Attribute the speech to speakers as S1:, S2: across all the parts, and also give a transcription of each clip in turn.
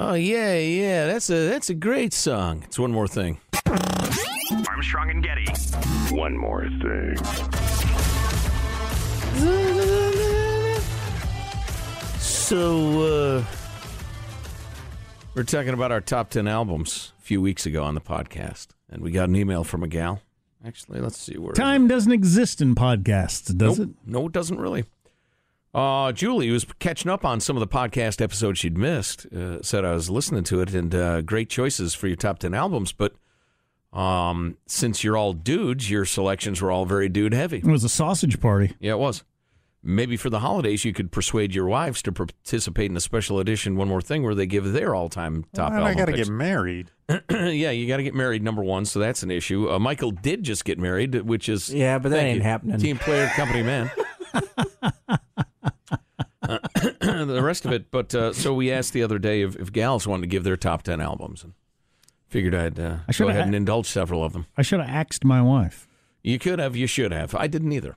S1: Oh yeah, yeah. That's a that's a great song. It's one more thing.
S2: Armstrong and Getty.
S3: One more thing.
S1: So uh, we're talking about our top ten albums a few weeks ago on the podcast, and we got an email from a gal. Actually, let's see where
S4: Time doesn't exist in podcasts, does
S1: nope.
S4: it?
S1: No, it doesn't really. Uh, Julie was catching up on some of the podcast episodes she'd missed. Uh, said I was listening to it, and uh, great choices for your top ten albums. But um, since you're all dudes, your selections were all very dude heavy.
S4: It was a sausage party.
S1: Yeah, it was. Maybe for the holidays, you could persuade your wives to participate in a special edition. One more thing, where they give their all-time top
S5: Well, I
S1: album
S5: gotta
S1: picks.
S5: get married.
S1: yeah, you got to get married, number one, so that's an issue. Uh, Michael did just get married, which is
S6: Yeah, but that
S1: Thank
S6: ain't
S1: you.
S6: happening.
S1: Team player, company man. Uh, the rest of it, but uh, so we asked the other day if, if gals wanted to give their top ten albums, and figured I'd uh,
S4: I
S1: go
S4: should've
S1: ahead and
S4: a-
S1: indulge several of them.
S4: I should have axed my wife.
S1: You could have, you should have. I didn't either.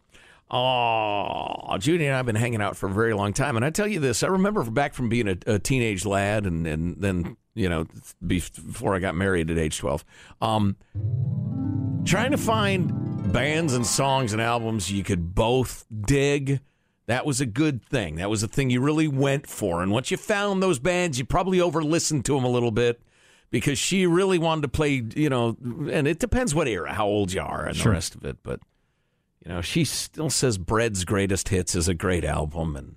S1: Oh, Judy and I have been hanging out for a very long time. And I tell you this, I remember back from being a, a teenage lad and, and then, you know, before I got married at age 12, um, trying to find bands and songs and albums you could both dig. That was a good thing. That was a thing you really went for. And once you found those bands, you probably over listened to them a little bit because she really wanted to play, you know, and it depends what era, how old you are, and the rest of it. But, you know, she still says Bread's Greatest Hits is a great album, and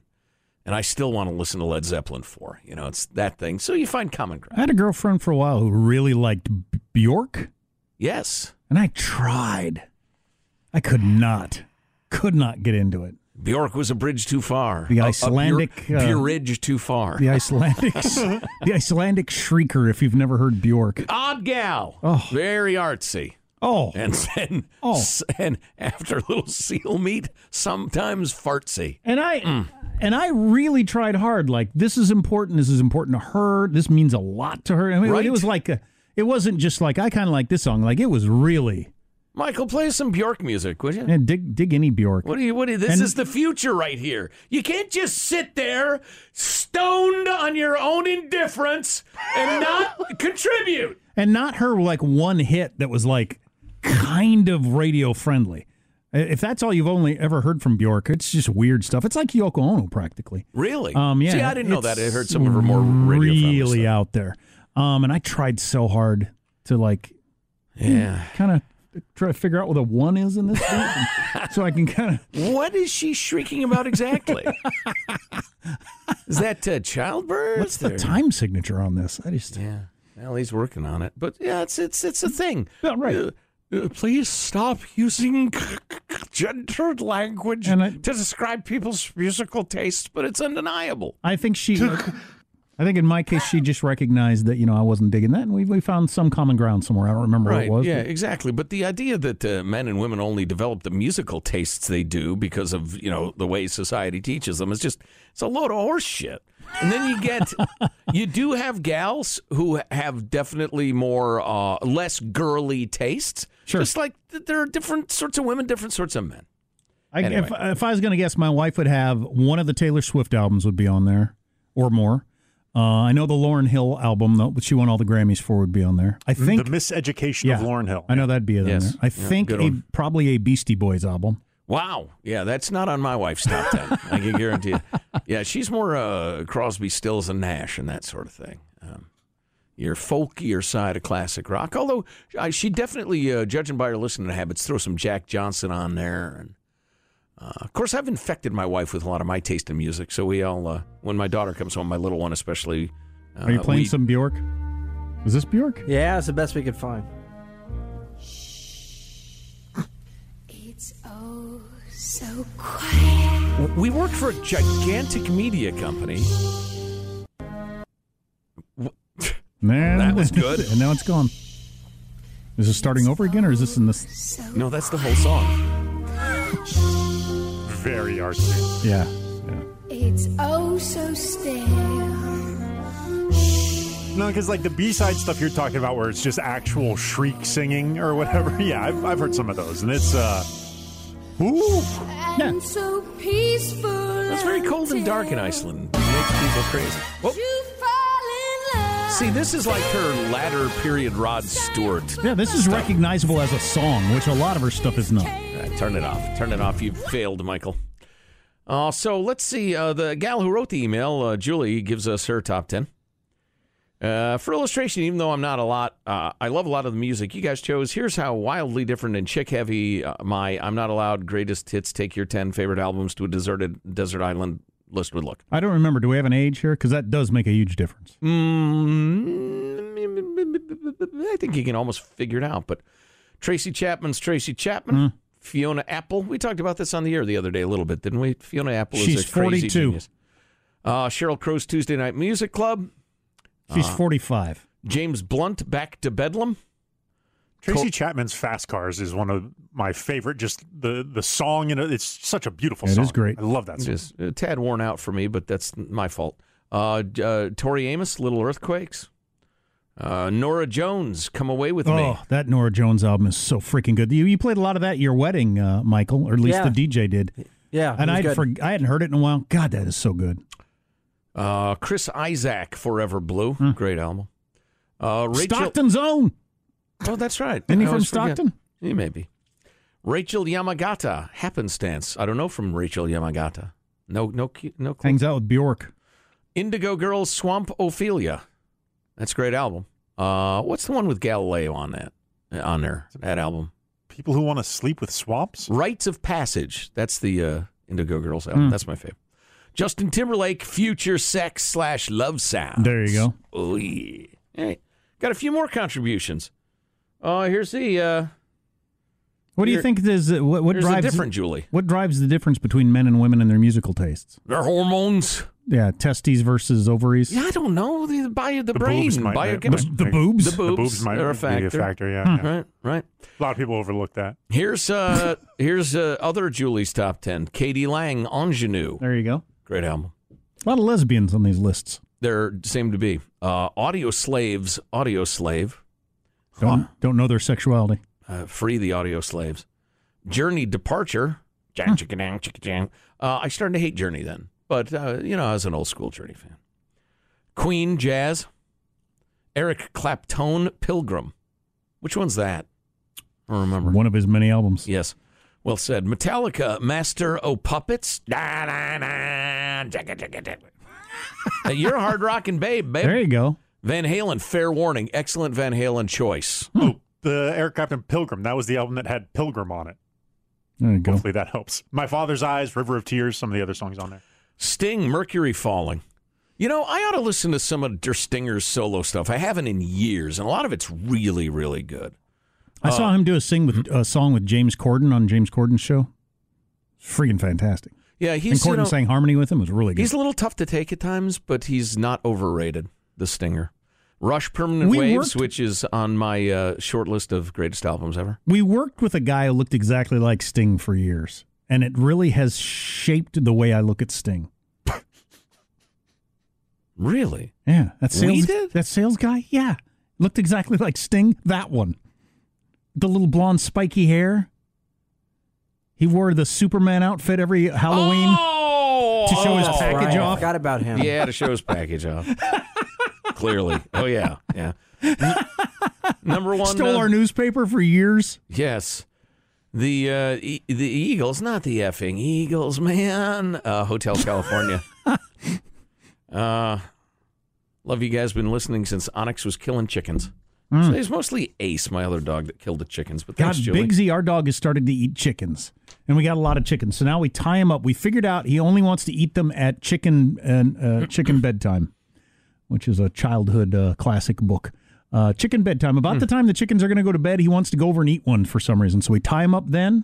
S1: and I still want to listen to Led Zeppelin 4. You know, it's that thing. So you find common
S4: I
S1: ground.
S4: had a girlfriend for a while who really liked B- Bjork,
S1: Yes.
S4: and I tried. I could not, could not get into it.
S1: Bjork was a bridge too far.
S4: The
S1: A- a
S4: Icelandic,
S1: Bjor-
S4: uh,
S1: Bjorkage too far.
S4: The Icelandic, the Icelandic shrieker. If you've never heard Bjork,
S1: Odd gal.
S4: Oh.
S1: Very artsy.
S4: oh,
S1: And then,
S4: Oh.
S1: and after little seal meat, sometimes fartsy.
S4: and I,
S1: Mm.
S4: and I really tried hard. Like this is important. This is important to her. This means a lot to her. I mean,
S1: Right.
S4: it was like a, it wasn't just like I kind of like this song. Like it was really
S1: Michael, play some Bjork music, would you?
S4: and dig dig any Bjork.
S1: What do you? What do you? This
S4: And-
S1: is the future right here. You can't just sit there stoned on your own indifference and not contribute.
S4: and not her like one hit that was like kind of radio friendly. If that's all you've only ever heard from Bjork, it's just weird stuff. It's like Yoko Ono practically.
S1: Really?
S4: Um, yeah,
S1: See, I didn't know
S4: it's
S1: that. I heard some of her more radio
S4: really
S1: friendly
S4: out there. Um, and I tried so hard to like
S1: stuff. Yeah.
S4: kind of try to figure out what a one is in this, beat, so I can kind of
S1: What is she shrieking about exactly? is that uh, childbirth?
S4: what's
S1: or-
S4: the time signature on this? I just
S1: Yeah. Well, he's working on it, but yeah, it's it's it's a thing.
S4: Yeah, right.
S1: Uh, uh, please stop using gendered language
S4: And I-
S1: to describe people's musical tastes, but it's undeniable.
S4: I think she. I think in my case, she just recognized that you know I wasn't digging that, and we, we found some common ground somewhere. I don't remember
S1: Right.
S4: what it was.
S1: yeah,
S4: but-
S1: exactly. But the idea that uh, men and women only develop the musical tastes they do because of you know the way society teaches them is just it's a load of horse shit. And then you get you do have gals who have definitely more uh, less girly tastes.
S4: Sure.
S1: Just like th- there are different sorts of women, different sorts of men.
S4: I,
S1: Anyway.
S4: if, if I was going to guess, my wife would have one of the Taylor Swift albums would be on there, or more. Uh, I know the Lauren Hill album, though, which she won all the Grammys for, would be on there. I
S5: The
S4: think.
S5: miseducation
S4: yeah,
S5: of Lauren Hill.
S4: I know that'd be on
S1: Yes.
S4: there. I
S1: Yeah,
S4: think
S1: good
S4: a,
S1: one.
S4: probably a Beastie Boys album.
S1: Wow. Yeah, that's not on my wife's top ten. I can guarantee you. Yeah, she's more uh, Crosby, Stills, and Nash and that sort of thing. Um, your folkier side of classic rock. Although I, she definitely, uh, judging by her listening habits, throw some Jack Johnson on there. And uh, of course, I've infected my wife with a lot of my taste in music. So we all, uh, when my daughter comes home, my little one especially. Uh,
S4: Are you playing
S1: we-
S4: some Bjork? Is this Bjork?
S6: Yeah, it's the best we could find.
S7: It's oh so quiet.
S1: We worked for a gigantic media company
S4: Nah,
S1: That was good.
S4: and now it's gone. Is this starting over again, or is this in this?
S7: So
S1: No, that's the whole song.
S4: Very artsy. Yeah.
S7: it's oh so stale.
S5: No, because like the B side stuff you're talking about, where it's just actual shriek singing or whatever. Yeah, I've, I've heard some of those, and it's uh, ooh,
S7: And so peaceful.
S1: It's very cold and dark in Iceland. It makes people crazy. Well,
S7: You fall in love.
S1: see, this is like her latter period Rod Stewart.
S4: Yeah, this is recognizable as a song, which a lot of her stuff is not.
S1: Uh, turn it off. Turn it off. You failed, Michael. Uh, so let's see. Uh, the gal who wrote the email, uh, Julie, gives us her top 10. Uh, for illustration, even though I'm not a lot, uh, I love a lot of the music you guys chose. Here's how wildly different and chick heavy uh, my I'm Not Allowed Greatest Hits Take Your 10 Favorite Albums to a Deserted Desert Island list would look.
S4: I don't remember. Do we have an age here? Because that does make a huge difference.
S1: Mm, I think you can almost figure it out. But Tracy Chapman's Tracy Chapman.
S4: Hmm.
S1: Fiona Apple. We talked about this on the air the other day a little bit, didn't we? Fiona Apple
S4: She's
S1: is a crazy
S4: 42.
S1: genius. Uh, Cheryl Crow's Tuesday Night Music Club.
S4: She's
S1: Uh-huh.
S4: 45.
S1: James Blunt, Back to Bedlam.
S5: Tracy Chapman's Fast Cars is one of my favorite. Just the the song, and it's such a beautiful
S4: It is
S5: song.
S4: great.
S5: I love that
S1: It
S5: song.
S1: is a tad worn out for me, but that's my fault. Uh, J- uh, Tori Amos, Little Earthquakes. Uh, Nora Jones, Come Away With Me.
S4: Oh, that Nora Jones album is so freaking good. You you played a lot of that at your wedding, uh, Michael, or at least
S6: Yeah.
S4: the DJ did.
S6: Yeah,
S4: And
S6: it was
S4: I'd
S6: good.
S4: for, I hadn't heard it in a while. God, that is so good.
S1: Uh, Chris Isaac, Forever Blue.
S4: Hmm.
S1: Great album. Uh, Rachel,
S4: Stockton's own.
S1: Oh, that's right.
S4: Isn't he
S1: I
S4: from
S1: always forget.
S4: Stockton?
S1: He may be. Rachel Yamagata, happenstance. I don't know from Rachel Yamagata. No, no, cu- no clue.
S4: Hangs out with Bjork.
S1: Indigo Girls, Swamp Ophelia. That's a great album. Uh, what's the one with Galileo on that? On there, that album.
S5: People who want to sleep with swamps.
S1: Rites of Passage. That's the uh, Indigo Girls
S4: Hmm.
S1: album. That's my favorite. Justin Timberlake, Future Sex slash Love Sound.
S4: There you go.
S1: Oh yeah. All right. Got a few more contributions. Oh, here's the. Uh,
S4: What do you
S1: Here-
S4: think is uh, what, what
S1: here's a
S4: drives
S1: different Julie.
S4: what drives the difference between men and women and their musical tastes?
S1: Their hormones.
S4: Yeah, testes versus ovaries.
S1: Yeah, I don't know. The bio, the,
S5: The
S1: brain,
S5: boobs might,
S1: biochemistry.
S5: might-
S4: The boobs?
S1: The
S4: Hmm.
S5: The
S1: boobs
S5: boobs might
S1: are a
S5: be a
S1: factor.
S5: factor. Yeah, yeah.
S1: Right, right.
S5: a lot of people overlook that.
S1: Here's uh, here's uh, other Julie's top ten. Katie Lang, Ingenue,
S4: There you go.
S1: great album.
S4: A lot of lesbians on these lists.
S1: There seem to be uh, audio slaves, audio slave,
S4: Don't don't know their sexuality.
S1: uh, free the audio slaves. Journey departure.
S4: Hmm.
S1: Jam, chicka down, chicka jam. Uh, I started to hate Journey then, but uh, you know I was an old school Journey fan. Queen jazz. Eric Clapton, Pilgrim. Which one's that? I don't remember.
S4: One of his many albums.
S1: Yes. Well said. Metallica, Master O Puppets. Da, da, da, jigga, jigga, jigga. Hey, You're a hard rockin' babe, babe.
S4: There you go.
S1: Van Halen, fair warning. Excellent Van Halen choice.
S4: Hmm.
S5: Oh, the Eric Clapton Pilgrim. That was the album that had Pilgrim on it.
S4: There you go.
S5: Hopefully that helps. My Father's Eyes, River of Tears, some of the other songs on there.
S1: Sting, Mercury Falling. You know, I ought to listen to some of Der Stinger's solo stuff. I haven't in years, and a lot of it's really, really good.
S4: I saw him do a sing with a song with James Corden on James Corden's show. Freaking fantastic.
S1: Yeah, he's
S4: and Corden
S1: you know,
S4: sang harmony with him was really good.
S1: he's a little tough to take at times, but he's not overrated. The Stinger, Rush, Permanent
S4: We
S1: Waves,
S4: worked-
S1: which is on my uh, short list of greatest albums ever.
S4: We worked with a guy who looked exactly like Sting for years, and it really has shaped the way I look at Sting.
S1: Really?
S4: Yeah, that sales
S1: We did?
S4: that sales guy. Yeah, looked exactly like Sting. That one, the little blonde spiky hair. He wore the Superman outfit every Halloween.
S1: Oh,
S4: to show his
S1: that's
S4: package
S6: Right, I
S4: off.
S6: forgot about him.
S1: Yeah, to show his package off. Clearly. Oh yeah, yeah. N- Number one.
S4: Stole
S1: uh,
S4: our newspaper for years.
S1: yes. The uh, e- the Eagles, not the effing Eagles, man. Uh, Hotel California. uh, love you guys. Been listening since Onyx was killing chickens. So it's mostly Ace, my other dog, that killed the chickens. But
S4: Hmm. God,
S1: thanks, Julie.
S4: Big Z, our dog, has started to eat chickens, and we got a lot of chickens. So now we tie him up. We figured out he only wants to eat them at chicken and uh, chicken bedtime, which is a childhood uh, classic book. Uh, chicken bedtime. About the time the chickens are going to go to bed, he wants to go over and eat one for some reason. So we tie him up then,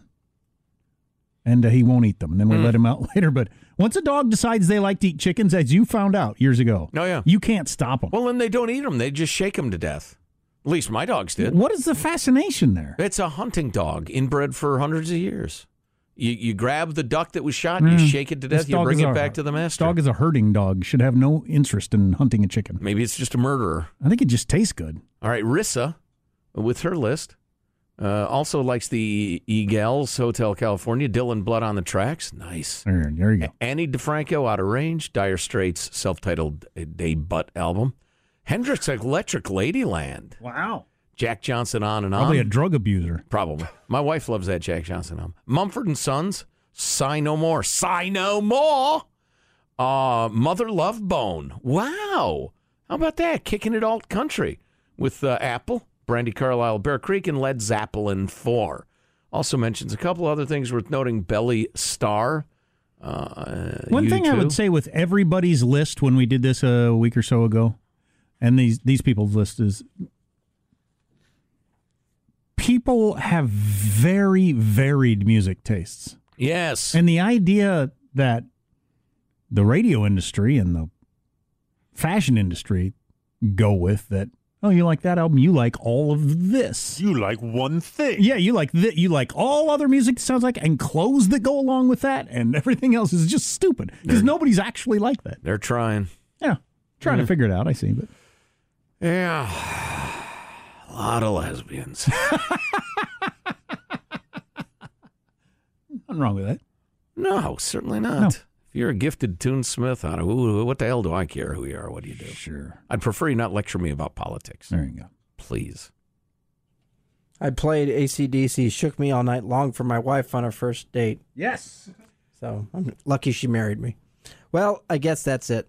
S4: and and uh, he won't eat them. And then we let him out later. But once a dog decides they like to eat chickens, as you found out years ago,
S1: Oh, yeah.
S4: you can't stop them.
S1: Well, then they don't eat them. They just shake them to death. At least my dogs did.
S4: what is the fascination there?
S1: It's a hunting dog inbred for hundreds of years. You, you grab the duck that was shot, you shake it to
S4: Hmm. This
S1: death, you
S4: dog
S1: bring
S4: is
S1: it
S4: a-
S1: back to the
S4: this
S1: master.
S4: Dog is a herding dog. Should have no interest in hunting a chicken.
S1: Maybe it's just a murderer.
S4: I think it just tastes good.
S1: All right, Rissa, with her list, uh, also likes the Eagles Hotel California. Dylan Blood on the tracks, nice.
S4: There, there you go.
S1: Annie DeFranco, Out of Range, Dire Straits' self-titled uh, debut album. Hendrix, Electric Ladyland.
S4: Wow.
S1: Jack Johnson, on and on.
S4: Probably a drug abuser.
S1: Probably. My wife loves that Jack Johnson album. Mumford and Sons, Sigh No More. Sigh No More. Uh, Mother Love Bone. Wow. How about that? Kicking it alt country with uh, Apple, Brandy Carlisle, Bear Creek, and Led Zeppelin 4. Also mentions a couple other things worth noting Belly Star. Uh,
S4: One thing I
S1: U2.
S4: would say with everybody's list when we did this a week or so ago, and these these people's list is people have very varied music tastes,
S1: Yes.
S4: and the idea that the radio industry and the fashion industry go with that. Oh, you like that album? You like all of this?
S5: You like one thing.
S4: Yeah, you like that. You like all other music that sounds like, and clothes that go along with that, and everything else is just stupid because nobody's actually like that.
S1: They're trying.
S4: Yeah. Trying to figure it out, I see. But
S1: Yeah. A lot of lesbians.
S4: nothing wrong with that.
S1: No, certainly not.
S4: No.
S1: If you're a gifted tunesmith, I don't, who- what the hell do I care who you are? What do you do?
S4: Sure.
S1: I'd prefer you not lecture me about politics,
S4: There you go.
S1: please.
S6: I played ACDC Shook Me All Night Long for my wife on our first date.
S4: Yes.
S6: So I'm lucky she married me. Well, I guess that's it.